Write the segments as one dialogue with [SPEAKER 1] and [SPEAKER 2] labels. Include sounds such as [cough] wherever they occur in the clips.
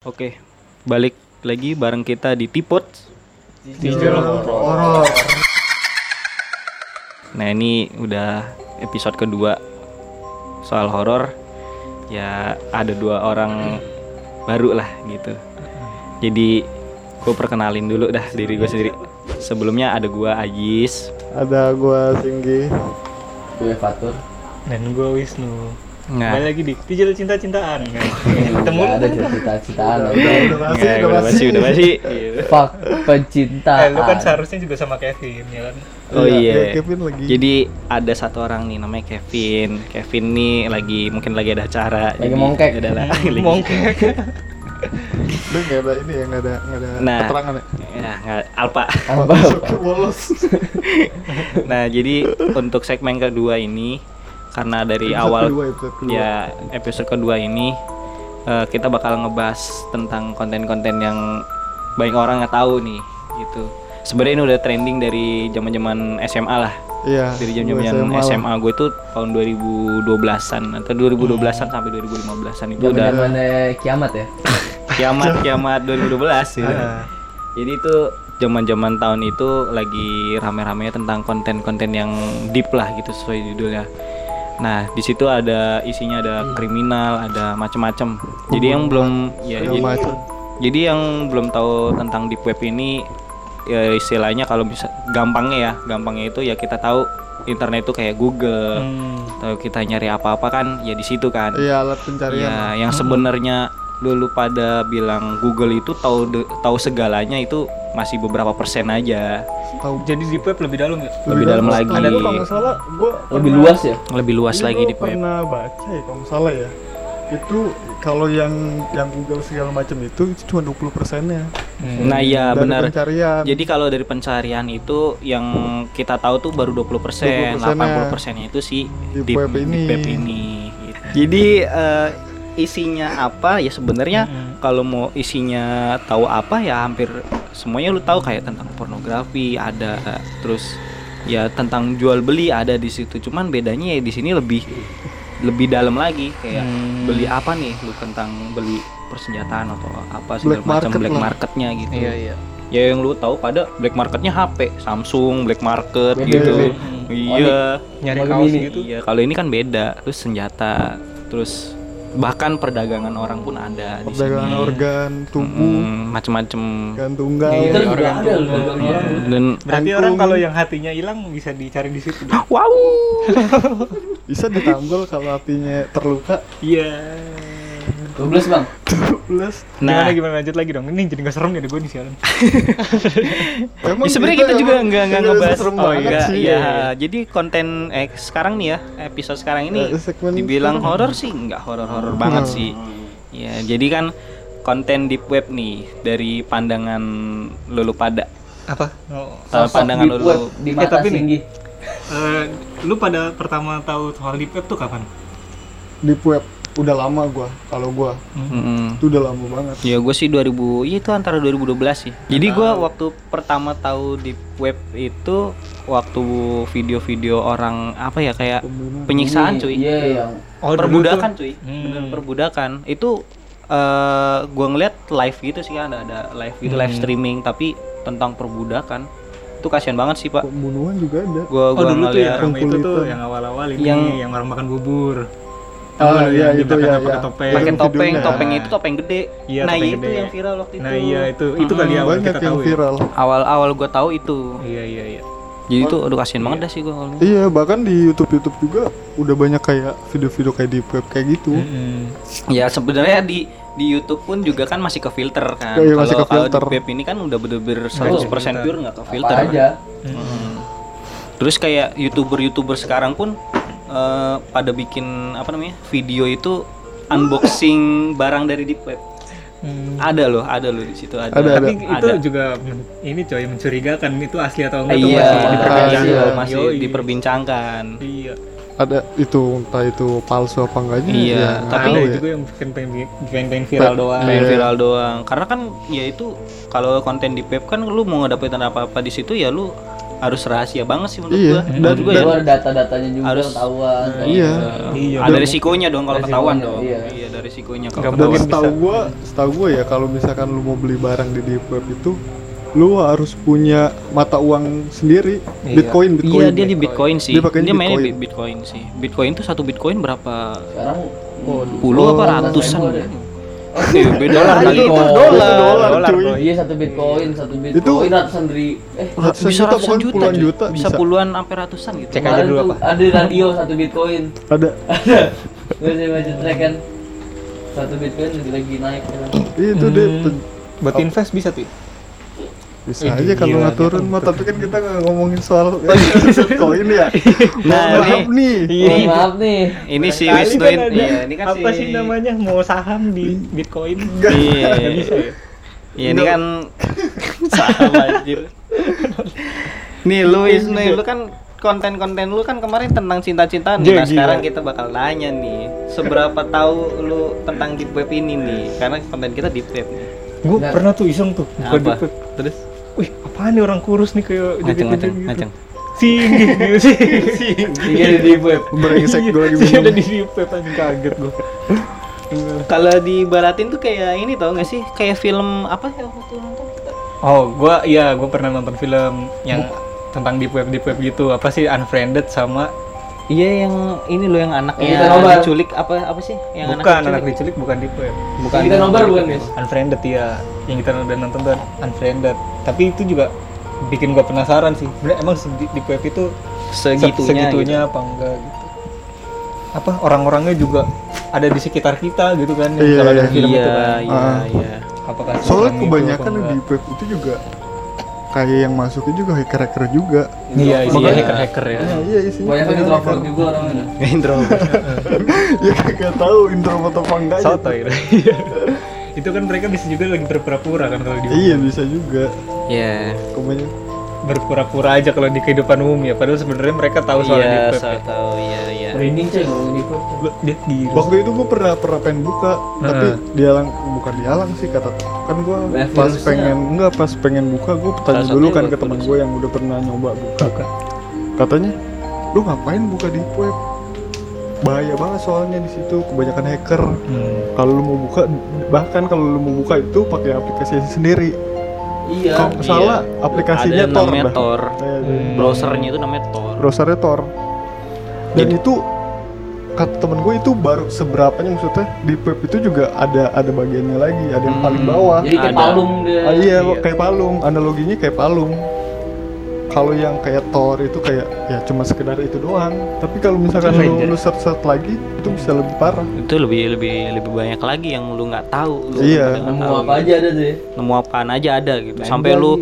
[SPEAKER 1] Oke, balik lagi bareng kita di Tipot.
[SPEAKER 2] horor
[SPEAKER 1] Nah ini udah episode kedua soal horor. Ya ada dua orang baru lah gitu. Jadi gue perkenalin dulu dah diri gue sendiri. Sebelumnya ada gue Ajis.
[SPEAKER 2] ada gua singgi
[SPEAKER 3] gue Fatur
[SPEAKER 4] dan gue Wisnu kembali
[SPEAKER 1] Nah,
[SPEAKER 4] lagi di digital cinta-cintaan kan ketemu
[SPEAKER 3] Nggak Iya, ada cerita-citaan
[SPEAKER 2] udah
[SPEAKER 1] nggak,
[SPEAKER 2] basi udah
[SPEAKER 1] Nah,
[SPEAKER 2] Iya.
[SPEAKER 1] udah
[SPEAKER 2] basi
[SPEAKER 1] basi, udah basi.
[SPEAKER 3] fuck
[SPEAKER 4] eh,
[SPEAKER 3] pencintaan
[SPEAKER 4] lu kan seharusnya juga sama Kevin ya kan
[SPEAKER 1] Oh iya.
[SPEAKER 2] Kevin lagi
[SPEAKER 1] Jadi ada satu orang nih namanya Kevin. Kevin nih lagi mungkin lagi ada acara.
[SPEAKER 3] Lagi
[SPEAKER 1] jadi
[SPEAKER 3] mongkek.
[SPEAKER 1] ya udah
[SPEAKER 5] Hmm.
[SPEAKER 1] lah. Lagi- [laughs]
[SPEAKER 4] mongkek
[SPEAKER 2] lu nggak ada ini ya nggak ada nggak ada
[SPEAKER 1] Nah.
[SPEAKER 2] keterangan ya
[SPEAKER 1] Ya, nggak- alpa.
[SPEAKER 3] [laughs] apa
[SPEAKER 2] bolos
[SPEAKER 1] Nah, jadi untuk segmen kedua ini karena dari
[SPEAKER 2] Episode [laughs]
[SPEAKER 1] awal
[SPEAKER 2] kedua, episode kedua.
[SPEAKER 1] ya episode kedua ini eh, kita bakal ngebahas tentang konten-konten yang banyak orang nggak tahu nih gitu. Sebenarnya ini udah trending dari zaman-zaman SMA lah.
[SPEAKER 2] iya
[SPEAKER 1] Dari
[SPEAKER 2] gua
[SPEAKER 1] zaman-zaman
[SPEAKER 2] lah.
[SPEAKER 1] SMA gue itu tahun 2012-an atau 2012-an sampai 2015-an itu
[SPEAKER 3] zaman
[SPEAKER 1] udah
[SPEAKER 3] zamannya kiamat ya
[SPEAKER 1] kiamat kiamat 2012 gitu. Jadi itu zaman-zaman tahun itu lagi rame-ramenya tentang konten-konten yang deep lah gitu sesuai judulnya. Nah, di situ ada isinya ada kriminal, ada macem-macem. Jadi yang belum ya
[SPEAKER 2] Segala
[SPEAKER 1] jadi,
[SPEAKER 2] macem.
[SPEAKER 1] jadi yang belum tahu tentang deep web ini ya istilahnya kalau bisa gampangnya ya, gampangnya itu ya kita tahu internet itu kayak Google.
[SPEAKER 4] Hmm.
[SPEAKER 5] Hmm.
[SPEAKER 1] Atau kita nyari apa-apa kan ya di situ kan.
[SPEAKER 2] iya alat pencarian
[SPEAKER 1] Ya, yang sebenarnya dulu pada bilang Google itu tahu de- tahu segalanya itu masih beberapa persen aja.
[SPEAKER 2] tahu
[SPEAKER 4] jadi di web lebih dalam ya
[SPEAKER 1] Lebih dalam lagi.
[SPEAKER 2] ada tuh kalau nggak salah gua
[SPEAKER 3] lebih
[SPEAKER 2] pernah-
[SPEAKER 3] luas ya
[SPEAKER 1] Lebih luas
[SPEAKER 2] Ini
[SPEAKER 1] lagi
[SPEAKER 2] gua
[SPEAKER 1] di web.
[SPEAKER 2] pernah baca ya kalau nggak salah ya itu kalau yang yang Google segala macam itu itu cuma 20 persennya
[SPEAKER 4] Hmm.
[SPEAKER 1] Nah, iya
[SPEAKER 2] Dari
[SPEAKER 1] benar.
[SPEAKER 2] pencarian
[SPEAKER 1] Jadi kalau dari pencarian itu yang kita tahu tuh baru 20%,
[SPEAKER 2] 20%-nya.
[SPEAKER 1] 80%-nya itu si
[SPEAKER 2] Deep web
[SPEAKER 1] deep
[SPEAKER 2] ini.
[SPEAKER 1] web ini. gitu. Jadi eh, isinya apa ya sebenarnya kalau mau isinya tahu apa ya hampir semuanya lu tahu kayak tentang pornografi ada terus ya tentang jual beli ada di situ. Cuman bedanya ya di sini lebih lebih dalam lagi kayak beli apa nih lu tentang beli persenjataan atau apa segala
[SPEAKER 2] Black
[SPEAKER 1] macam
[SPEAKER 2] market
[SPEAKER 1] black
[SPEAKER 2] lah.
[SPEAKER 1] marketnya gitu
[SPEAKER 3] iya
[SPEAKER 1] ya yang lu tahu pada black marketnya HP Samsung black market
[SPEAKER 3] Beda,
[SPEAKER 1] gitu
[SPEAKER 3] beda.
[SPEAKER 4] Hmm.
[SPEAKER 1] iya
[SPEAKER 4] nyari
[SPEAKER 3] Malam
[SPEAKER 4] kaos
[SPEAKER 3] ini.
[SPEAKER 4] gitu
[SPEAKER 1] iya kalau ini kan beda terus senjata terus bahkan perdagangan orang pun ada di
[SPEAKER 2] perdagangan
[SPEAKER 1] sini
[SPEAKER 2] organ tubuh
[SPEAKER 1] Mm, macem-macem
[SPEAKER 2] gantunggal
[SPEAKER 4] Iya,
[SPEAKER 3] itu
[SPEAKER 4] Dari
[SPEAKER 3] juga
[SPEAKER 4] orang
[SPEAKER 3] ada
[SPEAKER 4] tua.
[SPEAKER 3] loh
[SPEAKER 2] Iya.
[SPEAKER 3] orang
[SPEAKER 1] dan
[SPEAKER 4] berarti
[SPEAKER 2] Kangkung.
[SPEAKER 4] orang kalau yang hatinya hilang bisa dicari di situ
[SPEAKER 2] [laughs]
[SPEAKER 1] wow
[SPEAKER 2] bisa ditanggul kalau hatinya terluka
[SPEAKER 4] iya
[SPEAKER 3] 12 bang
[SPEAKER 2] plus
[SPEAKER 1] nah
[SPEAKER 4] gimana gimana lanjut lagi dong ini jadi nggak serem ya gue nih sialan
[SPEAKER 2] Emang gitu
[SPEAKER 1] Ya, sebenarnya kita juga
[SPEAKER 2] emang
[SPEAKER 1] nggak nggak
[SPEAKER 2] nggak
[SPEAKER 1] ngebahas
[SPEAKER 2] serem
[SPEAKER 1] oh
[SPEAKER 2] banget
[SPEAKER 1] enggak
[SPEAKER 2] sih.
[SPEAKER 1] ya jadi konten eh, sekarang nih ya episode sekarang ini
[SPEAKER 2] Eh, segmen
[SPEAKER 1] dibilang
[SPEAKER 2] sekarang.
[SPEAKER 1] horor sih nggak horor-horor banget
[SPEAKER 2] Hmm.
[SPEAKER 1] sih ya jadi kan konten deep web nih dari pandangan lulu pada
[SPEAKER 4] apa oh.
[SPEAKER 1] eh, pandangan
[SPEAKER 3] Sosok di web,
[SPEAKER 1] lulu
[SPEAKER 3] di
[SPEAKER 4] Eh,
[SPEAKER 3] mata
[SPEAKER 4] tapi nih.
[SPEAKER 3] tinggi
[SPEAKER 4] Eh, lu pada pertama tahu soal deep web tuh kapan
[SPEAKER 2] di web udah lama gua kalau gua
[SPEAKER 1] Mm-mm.
[SPEAKER 2] itu udah lama banget
[SPEAKER 1] ya gue sih 2000 iya itu antara 2012 sih jadi gua waktu pertama tahu deep web itu waktu video-video orang apa ya kayak
[SPEAKER 2] Pembunuhan.
[SPEAKER 1] penyiksaan cuy
[SPEAKER 3] iya yang
[SPEAKER 4] oh, dulu tuh.
[SPEAKER 1] perbudakan cuy
[SPEAKER 4] Hmm.
[SPEAKER 1] bener perbudakan itu eh gua ngeliat live gitu sih kan ada, ada live gitu live
[SPEAKER 4] Hmm.
[SPEAKER 1] streaming tapi tentang perbudakan itu kasihan banget sih pak
[SPEAKER 2] pembunuhan juga ada
[SPEAKER 1] gua
[SPEAKER 4] Oh
[SPEAKER 1] gua
[SPEAKER 4] dulu tuh yang
[SPEAKER 1] ngeliat
[SPEAKER 4] ramai itu tuh
[SPEAKER 2] Pengkulitan.
[SPEAKER 4] yang awal-awal ini yang,
[SPEAKER 1] Yang-
[SPEAKER 4] orang makan bubur.
[SPEAKER 1] Oh,
[SPEAKER 4] lu
[SPEAKER 2] Ah, iya,
[SPEAKER 4] di
[SPEAKER 2] itu,
[SPEAKER 4] belakangnya
[SPEAKER 2] iya,
[SPEAKER 4] pakai
[SPEAKER 2] iya.
[SPEAKER 4] topeng.
[SPEAKER 1] pakai
[SPEAKER 2] Yang
[SPEAKER 1] topeng
[SPEAKER 2] videonya.
[SPEAKER 1] topeng itu topeng gede
[SPEAKER 4] Iya,
[SPEAKER 1] nah
[SPEAKER 4] topeng
[SPEAKER 1] itu
[SPEAKER 4] gede.
[SPEAKER 1] yang viral waktu itu
[SPEAKER 4] Nah, iya itu itu kali awal
[SPEAKER 2] banyak
[SPEAKER 4] kita
[SPEAKER 2] yang
[SPEAKER 4] tahu ya.
[SPEAKER 2] viral
[SPEAKER 1] awal awal gua tahu itu
[SPEAKER 4] Iya iya iya.
[SPEAKER 1] jadi itu aduh kasihan banget dah sih gua awalnya.
[SPEAKER 2] iya bahkan di YouTube YouTube juga udah banyak kayak video-video kayak di web kayak gitu
[SPEAKER 1] ya sebenarnya di di YouTube pun juga kan masih ke filter kan kalau
[SPEAKER 2] Iya, masih ke
[SPEAKER 1] kalau di
[SPEAKER 2] filter.
[SPEAKER 1] web ini kan udah bener-bener 100% pure nggak ke
[SPEAKER 3] apa
[SPEAKER 1] filter
[SPEAKER 3] aja
[SPEAKER 1] Terus kayak youtuber-youtuber sekarang pun eh, pada bikin apa namanya video itu unboxing barang dari deep web. Ada loh, ada loh di situ ada.
[SPEAKER 4] Hmm.
[SPEAKER 2] Ada,
[SPEAKER 4] Tapi itu
[SPEAKER 2] ada.
[SPEAKER 4] juga men- ini coy mencurigakan itu asli atau enggak itu masih
[SPEAKER 3] Iya, iya.
[SPEAKER 1] diperbincangkan,
[SPEAKER 3] Iya.
[SPEAKER 1] masih
[SPEAKER 4] Yoi.
[SPEAKER 1] diperbincangkan.
[SPEAKER 4] Iya.
[SPEAKER 2] ada itu entah itu palsu apa enggaknya
[SPEAKER 1] Iya,
[SPEAKER 2] ya, nggak
[SPEAKER 1] tapi-
[SPEAKER 2] tahu
[SPEAKER 4] ada
[SPEAKER 2] ya.
[SPEAKER 4] juga yang pengen pengen, pengen, pengen viral doang.
[SPEAKER 1] Main viral doang. Karena kan ya itu kalau konten deep web kan lu mau ngedapetin apa-apa di situ ya lu harus rahasia banget sih menurut
[SPEAKER 2] Iya.
[SPEAKER 1] gua.
[SPEAKER 2] Dan-
[SPEAKER 1] Menurut gua ya.
[SPEAKER 3] Lu ada data-datanya juga
[SPEAKER 1] Harus-
[SPEAKER 3] ketahuan.
[SPEAKER 1] Eh,
[SPEAKER 2] Iya.
[SPEAKER 4] Iya,
[SPEAKER 1] Ada
[SPEAKER 4] dong.
[SPEAKER 1] risikonya dong kalau
[SPEAKER 3] Risikonya,
[SPEAKER 1] ketahuan dong.
[SPEAKER 3] iya.
[SPEAKER 1] Iya, ada risikonya
[SPEAKER 2] Dan
[SPEAKER 1] kalau ketahuan.
[SPEAKER 2] setahu gua, setahu gua ya kalau misalkan lu mau beli barang di deep web itu lu harus punya mata uang sendiri,
[SPEAKER 5] Iya.
[SPEAKER 2] Bitcoin, Bitcoin.
[SPEAKER 1] Iya, dia di Bitcoin sih.
[SPEAKER 2] Dia
[SPEAKER 1] Dia
[SPEAKER 2] pakainya
[SPEAKER 1] mainnya di
[SPEAKER 2] Bitcoin.
[SPEAKER 1] Bitcoin sih. Bitcoin tuh satu Bitcoin berapa?
[SPEAKER 3] Sekarang
[SPEAKER 1] Puluh
[SPEAKER 3] Oh,
[SPEAKER 1] apa ratusan?
[SPEAKER 3] ribu ada.
[SPEAKER 1] Eh, beda dolar
[SPEAKER 3] Itu-
[SPEAKER 1] kali.
[SPEAKER 3] itu
[SPEAKER 2] dolar,
[SPEAKER 1] dolar,
[SPEAKER 2] cuy.
[SPEAKER 1] bro.
[SPEAKER 3] iya satu bitcoin, satu bitcoin
[SPEAKER 2] Itu-
[SPEAKER 3] ratusan ribu. Eh,
[SPEAKER 2] Ratusan
[SPEAKER 1] bisa
[SPEAKER 2] juta,
[SPEAKER 1] ratusan
[SPEAKER 2] bukan
[SPEAKER 1] juta,
[SPEAKER 2] puluhan
[SPEAKER 1] cuy.
[SPEAKER 2] juta,
[SPEAKER 1] bisa,
[SPEAKER 2] bisa.
[SPEAKER 1] puluhan sampai ratusan gitu.
[SPEAKER 5] Cek aja
[SPEAKER 3] kemarin
[SPEAKER 5] dulu
[SPEAKER 3] tuh
[SPEAKER 5] apa.
[SPEAKER 3] ada radio satu bitcoin.
[SPEAKER 2] Ada
[SPEAKER 3] Gue sih baca track kan. Satu bitcoin lagi naik. kan.
[SPEAKER 2] itu deh
[SPEAKER 5] Hmm.
[SPEAKER 2] tuh.
[SPEAKER 5] Buat
[SPEAKER 4] Oh.
[SPEAKER 5] invest bisa tuh.
[SPEAKER 2] bisa
[SPEAKER 5] Ih,
[SPEAKER 2] aja kalau
[SPEAKER 5] gila,
[SPEAKER 2] ngaturin
[SPEAKER 5] dia
[SPEAKER 2] mah
[SPEAKER 5] penting.
[SPEAKER 2] tapi kan kita nggak ngomongin soal koin ya
[SPEAKER 1] Nah,
[SPEAKER 2] maaf
[SPEAKER 1] ini-
[SPEAKER 2] nih
[SPEAKER 5] Iya.
[SPEAKER 3] Oh, maaf nih.
[SPEAKER 1] Ini si
[SPEAKER 4] Kali
[SPEAKER 1] Wisnuin.
[SPEAKER 4] Iya. ada
[SPEAKER 1] Iya, ini kan
[SPEAKER 4] apa
[SPEAKER 1] si-
[SPEAKER 4] sih namanya mau saham di Bitcoin?
[SPEAKER 1] Iya.
[SPEAKER 4] Nggak bisa ya.
[SPEAKER 1] Iya, ini kan saham anjir. Nih lu Wisnuin, lu kan konten-konten lu kan kemarin tentang cinta-cintaan nih.
[SPEAKER 5] Iya,
[SPEAKER 1] Nah,
[SPEAKER 5] gila.
[SPEAKER 1] sekarang kita bakal nanya nih, seberapa tahu lu tentang deep web ini nih? Karena konten kita deep web nih.
[SPEAKER 5] Gue
[SPEAKER 3] Nggak.
[SPEAKER 5] pernah tuh iseng tuh. buka
[SPEAKER 1] Apa?
[SPEAKER 5] Deep Web.
[SPEAKER 1] Terus
[SPEAKER 5] Wih, apaan nih orang kurus nih kayak
[SPEAKER 1] ngaceng-ngaceng,
[SPEAKER 4] gitu.
[SPEAKER 5] joget-joget
[SPEAKER 1] ngaceng.
[SPEAKER 5] Singgih, gitu, singgih,
[SPEAKER 3] Tiga di deep web.
[SPEAKER 2] brengsek gue lagi
[SPEAKER 5] Dia ada
[SPEAKER 2] minum
[SPEAKER 5] di deep web anjing kaget gue.
[SPEAKER 1] Kalau dibaratin tuh kayak ini tau gak sih? Kayak film apa ya waktu nonton kita?
[SPEAKER 5] Oh, gua iya gua pernah nonton film yang tentang deep web deep web gitu. Apa sih Unfriended sama
[SPEAKER 1] Iya yang ini loh yang anaknya
[SPEAKER 3] Kita nobar.
[SPEAKER 1] diculik apa apa sih? Yang
[SPEAKER 5] bukan anak diculik bukan deep web.
[SPEAKER 3] Bukan kita nobar bukan guys.
[SPEAKER 5] Unfriended ya yang kita udah nonton tuh Unfriended. Tapi itu juga bikin gua penasaran sih. Bener, emang se- deep web itu se-
[SPEAKER 1] segitunya, gitu.
[SPEAKER 5] segitunya apa enggak gitu. Apa orang-orangnya juga ada di sekitar kita gitu kan yang
[SPEAKER 2] Iya,
[SPEAKER 5] kalau ada
[SPEAKER 2] iya.
[SPEAKER 1] gitu.
[SPEAKER 5] film
[SPEAKER 1] Iya,
[SPEAKER 5] itu kan.
[SPEAKER 1] iya,
[SPEAKER 2] Ah.
[SPEAKER 1] iya.
[SPEAKER 5] Apakah si
[SPEAKER 2] soalnya
[SPEAKER 5] orang itu apa
[SPEAKER 2] kebanyakan di
[SPEAKER 5] enggak.
[SPEAKER 2] web itu juga kayak yang masuknya juga hacker hacker juga
[SPEAKER 5] Iya, isinya
[SPEAKER 1] Makanya-
[SPEAKER 5] hacker-hacker
[SPEAKER 1] [laughs]
[SPEAKER 5] ya.
[SPEAKER 2] Iya, iya isinya
[SPEAKER 3] Banyak
[SPEAKER 2] [laughs]
[SPEAKER 3] kan
[SPEAKER 2] kebanyakan
[SPEAKER 3] introvert juga orangnya.
[SPEAKER 1] Intro.
[SPEAKER 2] hacker. ya kagak tahu introvert apa enggak ya.
[SPEAKER 5] Sotoy. [laughs] itu kan mereka bisa juga lagi berpura-pura kan kalau di
[SPEAKER 2] iya bisa juga
[SPEAKER 1] Iya.
[SPEAKER 2] kebanyakan
[SPEAKER 5] berpura-pura aja kalau di kehidupan umum ya padahal sebenarnya mereka tahu soal
[SPEAKER 1] Iya,
[SPEAKER 5] deep web
[SPEAKER 1] saya
[SPEAKER 5] ya.
[SPEAKER 1] tahu. Iya, iya.
[SPEAKER 3] Merinding cuy ngomongin deep web.
[SPEAKER 5] Lu- dia gila
[SPEAKER 2] waktu itu gue pernah pernah pengen buka tapi dialang bukan dialang sih kata kan gue
[SPEAKER 3] Banyak
[SPEAKER 2] pas
[SPEAKER 3] virusnya.
[SPEAKER 2] pengen enggak pas pengen buka gue tanya
[SPEAKER 1] ya. Salah
[SPEAKER 2] dulu
[SPEAKER 1] satunya
[SPEAKER 2] kan
[SPEAKER 1] buat
[SPEAKER 2] ke teman gue yang udah pernah nyoba buka
[SPEAKER 5] Buka.
[SPEAKER 2] katanya lu ngapain buka di web bahaya banget soalnya di situ kebanyakan hacker
[SPEAKER 5] Hmm.
[SPEAKER 2] kalau lu mau buka bahkan kalau lu mau buka itu pakai aplikasi sendiri
[SPEAKER 3] Iya.
[SPEAKER 2] kalau
[SPEAKER 1] Iya.
[SPEAKER 2] salah aplikasinya
[SPEAKER 1] Ada
[SPEAKER 2] Tor
[SPEAKER 1] namanya
[SPEAKER 2] bah.
[SPEAKER 1] Tor.
[SPEAKER 2] Iya, iya.
[SPEAKER 5] Hmm.
[SPEAKER 1] Browsernya itu namanya Tor.
[SPEAKER 2] browsernya Tor dan itu kata temen gue itu baru seberapanya maksudnya di web itu juga ada ada bagiannya lagi ada yang paling
[SPEAKER 1] Hmm.
[SPEAKER 2] bawah
[SPEAKER 3] Jadi kayak
[SPEAKER 1] Ada.
[SPEAKER 3] palung dia.
[SPEAKER 2] Ah, iya,
[SPEAKER 1] Iya.
[SPEAKER 2] kayak palung. Analoginya kayak palung. Kalau yang kayak Thor itu kayak ya cuma sekedar itu doang. Tapi kalau misalkan lu, lu search search lagi itu bisa lebih parah.
[SPEAKER 1] Itu lebih lebih lebih banyak lagi yang lu nggak tahu. Lu
[SPEAKER 2] Iya.
[SPEAKER 1] bener-bener
[SPEAKER 3] Nemu
[SPEAKER 1] nggak tahu,
[SPEAKER 3] apa
[SPEAKER 1] gitu.
[SPEAKER 3] aja ada tuh ya.
[SPEAKER 1] Nemu apaan aja ada gitu. Sampai lu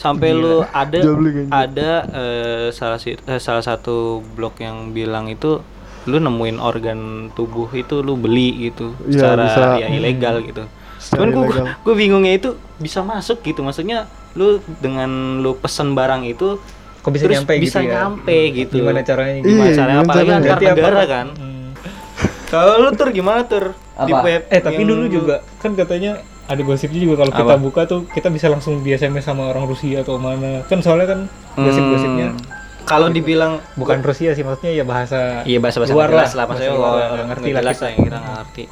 [SPEAKER 1] sampai lu ada
[SPEAKER 2] Jual beli ganja.
[SPEAKER 1] ada eh, salah si- eh, salah satu blog yang bilang itu lu nemuin organ tubuh itu lu beli gitu
[SPEAKER 2] Iya,
[SPEAKER 1] secara
[SPEAKER 2] bisa.
[SPEAKER 1] ya ilegal gitu.
[SPEAKER 2] Secara
[SPEAKER 1] Cuman gua, [laughs]
[SPEAKER 2] ilegal.
[SPEAKER 1] gua bingungnya itu bisa masuk gitu. Maksudnya lu dengan lu pesen barang itu
[SPEAKER 5] kok bisa
[SPEAKER 1] terus
[SPEAKER 5] nyampe
[SPEAKER 1] bisa
[SPEAKER 5] gitu ya
[SPEAKER 1] nyampe gitu.
[SPEAKER 5] gimana caranya
[SPEAKER 2] Iya,
[SPEAKER 1] Gimana caranya
[SPEAKER 2] gimana
[SPEAKER 1] apalagi
[SPEAKER 2] caranya?
[SPEAKER 1] antar
[SPEAKER 5] Berarti apa-
[SPEAKER 1] negara kan.
[SPEAKER 5] Hmm.
[SPEAKER 1] Kalau lu tur gimana tur? Di
[SPEAKER 3] Apa?
[SPEAKER 1] web
[SPEAKER 5] eh tapi
[SPEAKER 1] yang
[SPEAKER 5] dulu
[SPEAKER 1] lu-
[SPEAKER 5] juga kan katanya ada gosipnya juga kalau kita
[SPEAKER 1] Apa?
[SPEAKER 5] buka tuh kita bisa langsung di SMS sama orang Rusia atau mana kan soalnya kan gosip-gosipnya
[SPEAKER 1] Hmm. kalau dibilang
[SPEAKER 5] bukan Rusia sih maksudnya ya bahasa
[SPEAKER 1] Iya bahasa-bahasa
[SPEAKER 5] luar
[SPEAKER 1] nggak jelas lah
[SPEAKER 5] bahasa
[SPEAKER 1] maksudnya
[SPEAKER 5] luar,
[SPEAKER 1] orang
[SPEAKER 5] nggak
[SPEAKER 1] orang
[SPEAKER 5] ngerti
[SPEAKER 1] nggak
[SPEAKER 5] lah
[SPEAKER 1] jelas
[SPEAKER 5] kita.
[SPEAKER 1] lah yang kita nggak ngerti.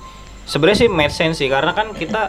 [SPEAKER 1] Sebenarnya sih make sense sih karena kan kita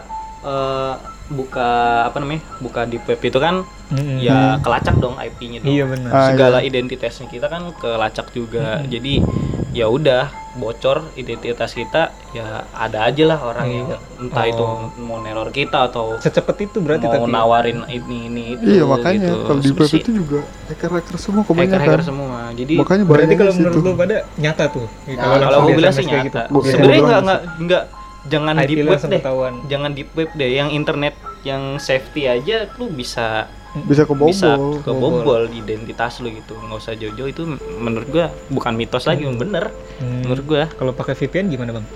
[SPEAKER 1] eh, buka apa namanya buka di web itu kan
[SPEAKER 5] Mm-mm.
[SPEAKER 1] ya kelacak dong IP-nya dong.
[SPEAKER 5] Hmm. iya benar
[SPEAKER 2] Ah,
[SPEAKER 1] Segala identitasnya kita kan kelacak juga. Jadi ya udah bocor identitas kita ya ada aja lah orang yang
[SPEAKER 2] Iya.
[SPEAKER 1] entah itu
[SPEAKER 2] Oh.
[SPEAKER 1] mau neror kita atau
[SPEAKER 5] secepat itu berarti
[SPEAKER 1] mau
[SPEAKER 5] tapi
[SPEAKER 1] nawarin ini ini itu
[SPEAKER 2] iya makanya
[SPEAKER 1] gitu.
[SPEAKER 2] kalau di web
[SPEAKER 1] Sebenarnya
[SPEAKER 2] itu juga hacker-hacker semua
[SPEAKER 1] sih
[SPEAKER 2] kebanyakan.
[SPEAKER 1] hacker-hacker semua. Jadi
[SPEAKER 2] Makanya
[SPEAKER 5] berarti kalau
[SPEAKER 2] situ.
[SPEAKER 5] menurut lu pada nyata tuh Ya,
[SPEAKER 3] Nah,
[SPEAKER 1] kalau
[SPEAKER 5] langsung
[SPEAKER 1] gue
[SPEAKER 5] di
[SPEAKER 1] bilang sih
[SPEAKER 5] SMS kayak gitu.
[SPEAKER 1] nyata.
[SPEAKER 2] Gua-
[SPEAKER 1] Sebenarnya
[SPEAKER 2] gua
[SPEAKER 1] nggak
[SPEAKER 2] bilang
[SPEAKER 1] nggak nggak jangan
[SPEAKER 5] IP
[SPEAKER 1] deep web
[SPEAKER 5] langsung
[SPEAKER 1] deh.
[SPEAKER 5] ketahuan.
[SPEAKER 1] Jangan deep web deh. Yang internet yang safety aja lu bisa
[SPEAKER 2] bisa kebobol.
[SPEAKER 1] bisa
[SPEAKER 5] kebobol.
[SPEAKER 1] kebobol identitas lu gitu. Nggak usah jojo itu menurut gua bukan mitos lagi bener.
[SPEAKER 5] Hmm.
[SPEAKER 1] Menurut gua
[SPEAKER 5] kalau pakai VPN gimana bang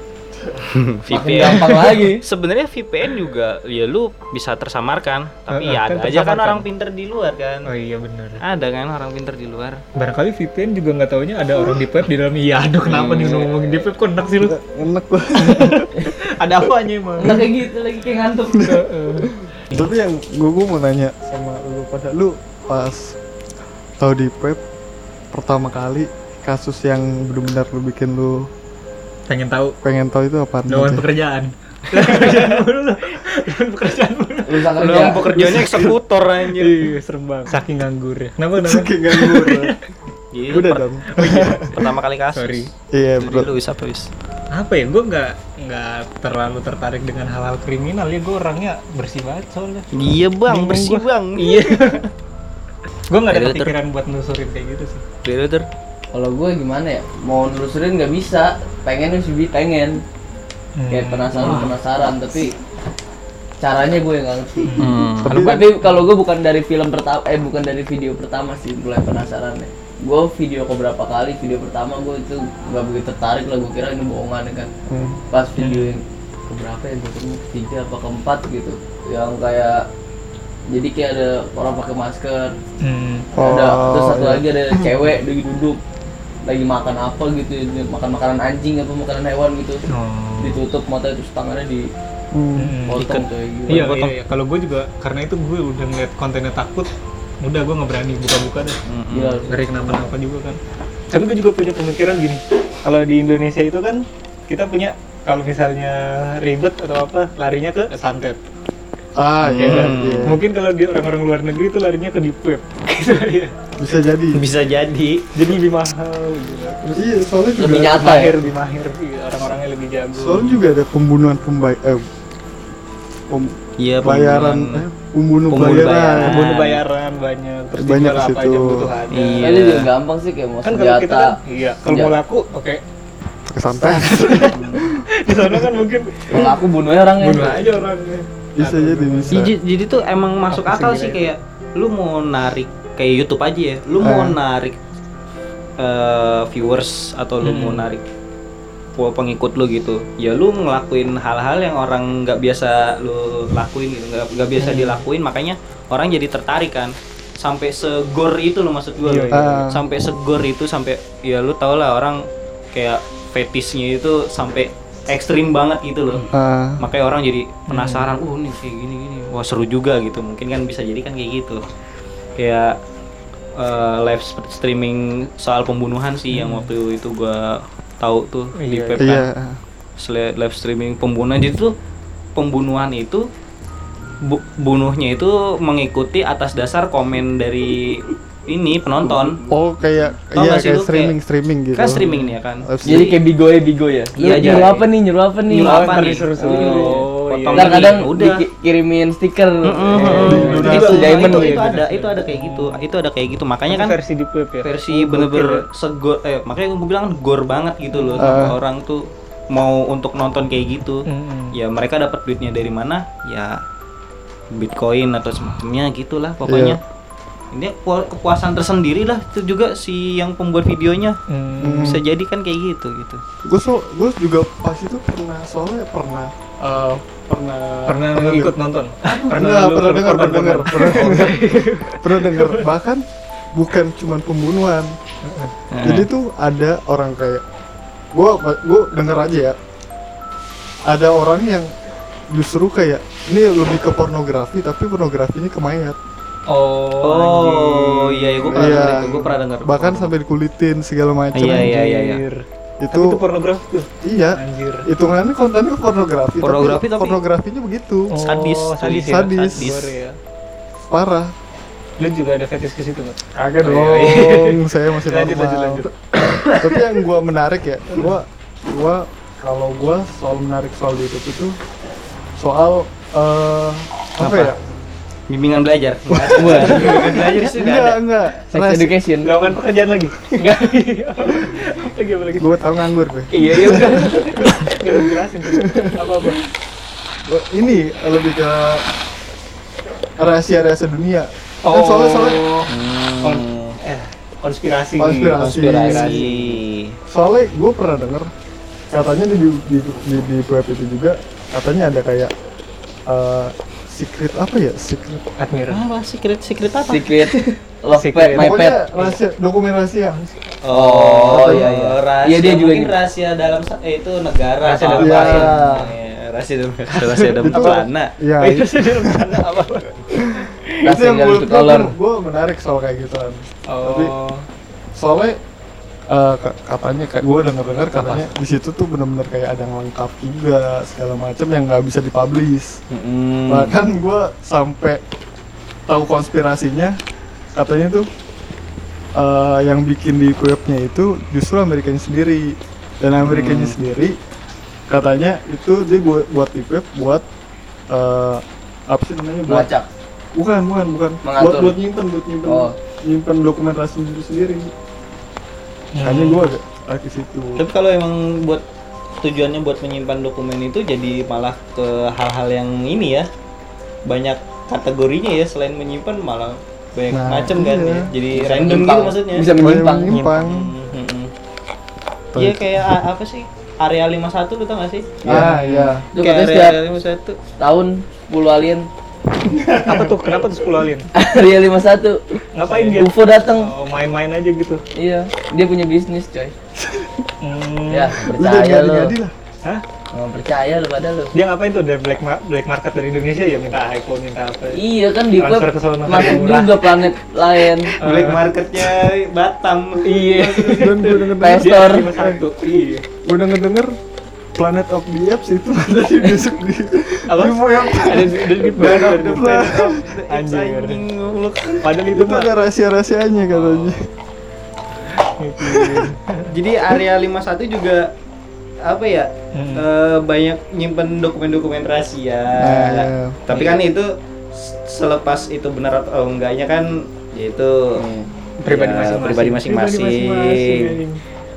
[SPEAKER 3] Makin
[SPEAKER 1] VPN
[SPEAKER 3] gampang lagi.
[SPEAKER 1] [laughs] Sebenarnya VPN juga ya lu bisa tersamarkan, tapi
[SPEAKER 5] Eh, eh,
[SPEAKER 1] ya
[SPEAKER 5] kan
[SPEAKER 1] ada aja kan
[SPEAKER 5] tersamarkan.
[SPEAKER 1] orang pinter di luar kan.
[SPEAKER 5] oh iya benar
[SPEAKER 1] Ada kan orang pinter di luar.
[SPEAKER 5] barangkali VPN juga nggak taunya ada orang di web di dalam iya aduh kenapa nih ngomongin di web kok enak sih lu
[SPEAKER 2] Enak lah.
[SPEAKER 5] ada apanya emang
[SPEAKER 3] Entar kayak gitu lagi kayak ngantuk.
[SPEAKER 2] Tapi yang gue, gue mau nanya sama lu pada lu pas tahu di web pertama kali kasus yang benar-benar lu bikin lu
[SPEAKER 5] pengen tahu
[SPEAKER 2] pengen tahu itu apa
[SPEAKER 4] Lawan
[SPEAKER 5] [laughs]
[SPEAKER 2] [laughs]
[SPEAKER 4] pekerjaan.
[SPEAKER 3] Lulusan kerja.
[SPEAKER 1] Belum pekerjaannya eksekutor anjir.
[SPEAKER 5] Iya, serem banget. Saking nganggur ya. Kenapa kenapa?
[SPEAKER 2] Saking nganggur.
[SPEAKER 1] Jadi
[SPEAKER 2] Iya, Udah
[SPEAKER 1] Iya, per-
[SPEAKER 2] dong.
[SPEAKER 1] pertama kali kasus.
[SPEAKER 5] Sorry.
[SPEAKER 2] Iya,
[SPEAKER 1] Jadi lu
[SPEAKER 2] betul.
[SPEAKER 1] bisa apa wis?
[SPEAKER 5] Apa ya? Gue nggak nggak terlalu tertarik dengan hal-hal kriminal ya. Gue orangnya bersih banget soalnya.
[SPEAKER 1] Iya bang,
[SPEAKER 5] Bingung
[SPEAKER 1] bersih
[SPEAKER 5] gua.
[SPEAKER 1] bang.
[SPEAKER 5] [laughs] Iya. gue nggak ada
[SPEAKER 1] Editor.
[SPEAKER 5] kepikiran buat nelusurin kayak gitu sih.
[SPEAKER 1] Dari ter.
[SPEAKER 3] Kalau gue gimana ya? Mau nelusurin nggak bisa. Pengen sih Bi, pengen. Kayak penasaran penasaran tapi caranya gue nggak ngerti.
[SPEAKER 2] Tapi
[SPEAKER 3] Tapi kalau gue bukan dari film pertama, eh bukan dari video pertama sih mulai penasaran ya. Gue video ke berapa kali, video pertama gue itu nggak begitu tertarik lah, gue kira ini bohongan ya kan.
[SPEAKER 2] Hmm.
[SPEAKER 3] Pas video yang keberapa ya, gue ketemu ketiga apa keempat gitu, yang kayak jadi kayak ada orang pakai masker,
[SPEAKER 5] Hmm.
[SPEAKER 3] ada
[SPEAKER 2] Oh,
[SPEAKER 3] terus satu
[SPEAKER 2] iya.
[SPEAKER 3] lagi ada cewek lagi duduk lagi makan apa gitu, makan makanan anjing apa makanan hewan gitu,
[SPEAKER 5] Oh.
[SPEAKER 3] ditutup mata terus tangannya di
[SPEAKER 2] Hmm.
[SPEAKER 5] Hmm.
[SPEAKER 3] potong tuh
[SPEAKER 5] Iya,
[SPEAKER 3] gitu.
[SPEAKER 5] iya, iya. Kalau gue juga karena itu gue udah ngeliat kontennya takut, udah gue nggak berani buka-buka deh.
[SPEAKER 3] Gila,
[SPEAKER 5] Ngeri kenapa-napa juga kan. Tapi gue juga punya pemikiran gini. Kalau di Indonesia itu kan kita punya kalau misalnya ribet atau apa larinya ke santet.
[SPEAKER 2] Ah, iya,
[SPEAKER 1] Hmm.
[SPEAKER 2] iya.
[SPEAKER 3] Hmm.
[SPEAKER 5] Mungkin kalau di orang-orang luar negeri itu larinya ke deep web. [laughs] Gitu ya.
[SPEAKER 2] Bisa jadi.
[SPEAKER 1] Bisa jadi.
[SPEAKER 5] Jadi lebih mahal, gitu.
[SPEAKER 2] Iya, soalnya juga
[SPEAKER 3] lebih nyata ya.
[SPEAKER 5] mahir, lebih mahir, iya, orang-orangnya lebih jago.
[SPEAKER 2] soalnya juga ada pembunuhan pembay eh, pem-
[SPEAKER 1] Iya
[SPEAKER 2] bayaran eh,
[SPEAKER 1] pembunuhan.
[SPEAKER 2] pembunuh
[SPEAKER 1] Pembunuh
[SPEAKER 2] bayaran.
[SPEAKER 1] bayaran.
[SPEAKER 3] Hmm.
[SPEAKER 5] Bunuh bayaran banyak, terus
[SPEAKER 2] Banyak
[SPEAKER 5] dijual
[SPEAKER 2] ke
[SPEAKER 5] apa
[SPEAKER 2] situ.
[SPEAKER 5] aja butuhannya.
[SPEAKER 1] Iya.
[SPEAKER 3] Tapi juga gampang sih kayak mau
[SPEAKER 5] Kan kalau kita kan,
[SPEAKER 3] senjata.
[SPEAKER 5] iya, kalau mau
[SPEAKER 3] Senjata.
[SPEAKER 5] laku, oke.
[SPEAKER 2] Pakai santet.
[SPEAKER 5] Di sana kan mungkin
[SPEAKER 3] Kalau aku bunuhnya orangnya.
[SPEAKER 5] bunuh aja orangnya.
[SPEAKER 2] [laughs] Bisa jadi bisa.
[SPEAKER 1] Jadi, jadi tuh emang masuk
[SPEAKER 5] Apa sih
[SPEAKER 1] akal
[SPEAKER 5] gila
[SPEAKER 1] sih
[SPEAKER 5] itu?
[SPEAKER 1] kayak lu mau narik kayak YouTube aja ya. Lu mau
[SPEAKER 2] Eh.
[SPEAKER 1] narik eh, viewers atau lu
[SPEAKER 5] Hmm.
[SPEAKER 1] mau narik pe- pengikut lu gitu. Ya lu ngelakuin hal-hal yang orang nggak biasa lu lakuin gitu, nggak nggak biasa
[SPEAKER 5] Hmm.
[SPEAKER 1] dilakuin makanya orang jadi tertarik kan. Sampai segor itu lo maksud gua. lu.
[SPEAKER 5] Iya, iya.
[SPEAKER 2] Ah.
[SPEAKER 1] Sampai segor itu sampai ya lu tau lah orang kayak fetishnya itu sampai ekstrim banget gitu
[SPEAKER 5] Hmm.
[SPEAKER 1] loh
[SPEAKER 2] Ah,
[SPEAKER 1] makanya orang jadi penasaran uh nih kayak gini gini wah seru juga gitu mungkin kan bisa jadi kan kayak gitu kayak eh, live sp- streaming soal pembunuhan sih yang waktu itu gua tahu tuh di
[SPEAKER 5] Iya,
[SPEAKER 1] Pep kan.
[SPEAKER 2] iya.
[SPEAKER 1] Sele- live streaming pembunuhan jadi tuh pembunuhan itu bu- bunuhnya itu mengikuti atas dasar komen dari ini penonton
[SPEAKER 2] Oh, kayak
[SPEAKER 1] Tau
[SPEAKER 2] iya
[SPEAKER 1] nggak sih
[SPEAKER 2] kayak
[SPEAKER 1] lu
[SPEAKER 2] streaming
[SPEAKER 1] kayak-
[SPEAKER 2] streaming gitu.
[SPEAKER 1] kan streaming nih ya kan
[SPEAKER 2] Live
[SPEAKER 3] Jadi kayak bigoy bigoy ya.
[SPEAKER 1] Iya,
[SPEAKER 3] Iya,
[SPEAKER 1] iya.
[SPEAKER 3] nyuruh apa nih? Nyuruh apa nih?
[SPEAKER 1] Nyuruh apa nih?
[SPEAKER 5] Seru-seru.
[SPEAKER 1] Oh, iya.
[SPEAKER 5] Potong
[SPEAKER 3] Ntar kadang
[SPEAKER 1] Udah.
[SPEAKER 3] dikirimin stiker.
[SPEAKER 1] Mm-mm,
[SPEAKER 3] Eh,
[SPEAKER 1] mm-mm.
[SPEAKER 2] Di-
[SPEAKER 1] Itu-
[SPEAKER 2] di-
[SPEAKER 1] itu,
[SPEAKER 3] Itu diamond
[SPEAKER 1] itu,
[SPEAKER 5] gitu.
[SPEAKER 1] ada itu ada kayak gitu itu ada kayak gitu makanya kan
[SPEAKER 5] versi deep web ya.
[SPEAKER 1] versi bener-bener segor eh makanya gue bilang kan gor banget gitu loh sampai orang tuh mau untuk nonton kayak gitu
[SPEAKER 5] Mm-mm.
[SPEAKER 1] ya mereka dapat duitnya dari mana ya bitcoin atau semacamnya gitulah pokoknya
[SPEAKER 2] Iya.
[SPEAKER 1] ini kepua- kepuasan tersendiri lah itu juga si yang pembuat videonya
[SPEAKER 5] Mm.
[SPEAKER 1] bisa jadi kan kayak gitu gitu
[SPEAKER 2] Gue so, gue juga pas itu pernah soalnya pernah eh, pernah
[SPEAKER 5] Oh, Pernah ikut nonton?
[SPEAKER 2] pernah
[SPEAKER 5] lu
[SPEAKER 2] pernah dengar pernah
[SPEAKER 5] korban
[SPEAKER 2] dengar
[SPEAKER 5] korban?
[SPEAKER 2] pernah pernah
[SPEAKER 1] [laughs]
[SPEAKER 2] dengar bahkan bukan cuman pembunuhan
[SPEAKER 1] Hmm. Nah.
[SPEAKER 2] jadi tuh ada orang kayak gua gua denger aja ya ada orang yang justru kayak ini lebih ke pornografi tapi pornografinya ke mayat
[SPEAKER 5] Oh,
[SPEAKER 3] [laughs]
[SPEAKER 1] oh
[SPEAKER 5] anjir.
[SPEAKER 1] iya gue pernah
[SPEAKER 2] Iya.
[SPEAKER 1] denger itu gue pernah denger
[SPEAKER 2] bahkan sampai dikulitin segala macam
[SPEAKER 1] Iya, iya.
[SPEAKER 5] Anjir. Tapi
[SPEAKER 2] itu
[SPEAKER 5] itu pornografi tuh.
[SPEAKER 2] iya
[SPEAKER 5] Anjir.
[SPEAKER 2] hitungannya kontennya pornografi tapi
[SPEAKER 1] Pornografi tapi-
[SPEAKER 2] pornografinya begitu
[SPEAKER 5] Oh,
[SPEAKER 1] Sadis.
[SPEAKER 5] sadis, ya?
[SPEAKER 2] Sadis.
[SPEAKER 5] Gore ya.
[SPEAKER 2] parah
[SPEAKER 5] Lu juga ada fetish ke situ, Mas?
[SPEAKER 2] Kagak dong, [laughs] saya masih
[SPEAKER 5] Lanjut,
[SPEAKER 2] normal.
[SPEAKER 5] lanjut, lanjut.
[SPEAKER 2] [coughs] Tapi yang gua menarik ya, gua gua kalau gua soal menarik soal YouTube itu soal eh apa,
[SPEAKER 1] Apa?
[SPEAKER 2] ya?
[SPEAKER 1] bimbingan belajar
[SPEAKER 3] Wah,
[SPEAKER 1] [laughs] bimbingan belajar sih nggak ada
[SPEAKER 2] Enggak, enggak.
[SPEAKER 3] sex
[SPEAKER 2] Res,
[SPEAKER 3] education.
[SPEAKER 5] Melakukan pekerjaan lagi. Enggak. lagi iya. apa lagi?
[SPEAKER 2] gua tahu nganggur gue.
[SPEAKER 5] Iya, iya udah. Gak usah jelasin. Apa-apa.
[SPEAKER 2] Gua, ini lebih ke rahasia-rahasia dunia. Kan
[SPEAKER 5] Oh.
[SPEAKER 2] soalnya soalnya
[SPEAKER 5] Kon- eh, konspirasi.
[SPEAKER 2] konspirasi.
[SPEAKER 1] konspirasi
[SPEAKER 2] Soalnya gua pernah denger katanya di di di, di, di web itu juga katanya ada kayak eh secret apa ya? Secret
[SPEAKER 5] Admiral.
[SPEAKER 1] apa Ah, secret secret apa
[SPEAKER 3] Secret love
[SPEAKER 5] Secret.
[SPEAKER 3] pet, my pet.
[SPEAKER 2] Pokoknya rahasia, dokumen rahasia.
[SPEAKER 1] Oh, iya iya. Rahasia,
[SPEAKER 3] Iya, dia juga
[SPEAKER 1] mungkin
[SPEAKER 3] gitu.
[SPEAKER 1] rahasia dalam sa- eh, itu negara.
[SPEAKER 5] Rahasia
[SPEAKER 1] apa
[SPEAKER 5] dalam
[SPEAKER 1] apa
[SPEAKER 2] Iya.
[SPEAKER 1] ya. Rahasia dalam rahasia dalam
[SPEAKER 2] Itu-
[SPEAKER 1] celana.
[SPEAKER 2] Iya.
[SPEAKER 5] Itu Oh, sih dalam sana apa?
[SPEAKER 2] itu
[SPEAKER 3] Rahasia
[SPEAKER 2] yang
[SPEAKER 3] dalam
[SPEAKER 2] gue
[SPEAKER 3] color.
[SPEAKER 2] gue menarik soal kayak gitu, kan. gituan
[SPEAKER 5] Oh.
[SPEAKER 2] soalnya eh, ka- katanya kayak gue denger dengar katanya di situ tuh bener-bener kayak ada yang lengkap juga segala macam yang nggak bisa dipublish
[SPEAKER 1] Mm-mm.
[SPEAKER 2] bahkan gue sampai tahu konspirasinya katanya tuh eh, yang bikin di webnya itu justru Amerikanya sendiri dan Amerikanya sendiri katanya itu dia buat buat di web buat eh, apa sih namanya buat
[SPEAKER 3] melacak
[SPEAKER 2] bukan bukan bukan buat
[SPEAKER 3] Mengatur.
[SPEAKER 2] buat nyimpen buat nyimpen
[SPEAKER 3] Oh.
[SPEAKER 2] nyimpen dokumentasi sendiri sendiri hanya gue agak agak ke situ
[SPEAKER 1] Tapi kalau emang buat tujuannya buat menyimpan dokumen itu jadi malah ke hal-hal yang ini ya. Banyak kategorinya ya selain menyimpan malah banyak
[SPEAKER 2] Nah,
[SPEAKER 1] macam kan
[SPEAKER 2] iya.
[SPEAKER 1] ya. Jadi
[SPEAKER 3] Bisa
[SPEAKER 1] random
[SPEAKER 3] menyimpang.
[SPEAKER 1] gitu maksudnya.
[SPEAKER 3] bisa menyimpang
[SPEAKER 2] Banyak menyimpang
[SPEAKER 1] Hmm, hmm, hmm. Iya kayak a- apa sih? Area 51 lu tau gak sih? ya.
[SPEAKER 2] ah iya
[SPEAKER 3] itu
[SPEAKER 1] kayak
[SPEAKER 3] katanya
[SPEAKER 1] area,
[SPEAKER 3] setiap
[SPEAKER 1] 51.
[SPEAKER 3] tahun 10 alien [laughs]
[SPEAKER 5] Apa tuh? Kenapa tuh 10 alien?
[SPEAKER 3] area 51
[SPEAKER 5] Ngapain dia?
[SPEAKER 3] UFO datang
[SPEAKER 5] Oh, main-main aja gitu.
[SPEAKER 3] iya dia punya bisnis coy
[SPEAKER 5] Hmm.
[SPEAKER 3] ya
[SPEAKER 2] lu jadi
[SPEAKER 3] percaya lo
[SPEAKER 2] jadi lah
[SPEAKER 5] Hah?
[SPEAKER 3] nggak percaya lo pada lo
[SPEAKER 5] Dia ngapain tuh dari black, ma- black market dari Indonesia ya minta iPhone minta apa?
[SPEAKER 3] iya kan di web
[SPEAKER 5] Transfer ke sana, Iya.
[SPEAKER 3] masuk
[SPEAKER 5] murah.
[SPEAKER 3] juga planet lain
[SPEAKER 1] Black marketnya Batam.
[SPEAKER 5] Iya.
[SPEAKER 2] dan gue
[SPEAKER 1] [laughs]
[SPEAKER 2] denger
[SPEAKER 3] Pes.
[SPEAKER 5] Dia
[SPEAKER 3] Store.
[SPEAKER 5] 51. Iya.
[SPEAKER 2] gue denger denger Planet of the Apes itu [laughs] ada di besok di
[SPEAKER 5] Apa?
[SPEAKER 2] di Moyang.
[SPEAKER 5] Ada di ada di
[SPEAKER 2] Planet
[SPEAKER 5] ada
[SPEAKER 2] of
[SPEAKER 5] di
[SPEAKER 2] the
[SPEAKER 5] Planet
[SPEAKER 2] Apes.
[SPEAKER 5] of- Anjir.
[SPEAKER 1] lu
[SPEAKER 5] Padahal itu
[SPEAKER 2] itu
[SPEAKER 5] mah.
[SPEAKER 2] ada rahasia rahasianya katanya
[SPEAKER 1] Jadi area 51 juga apa ya?
[SPEAKER 5] Hmm.
[SPEAKER 1] eh, banyak nyimpen dokumen-dokumen rahasia.
[SPEAKER 2] Nah,
[SPEAKER 1] Tapi kan itu s- selepas itu benar atau enggaknya kan yaitu
[SPEAKER 5] Pribadi
[SPEAKER 1] ya,
[SPEAKER 5] masing-masing.
[SPEAKER 1] pribadi masing-masing.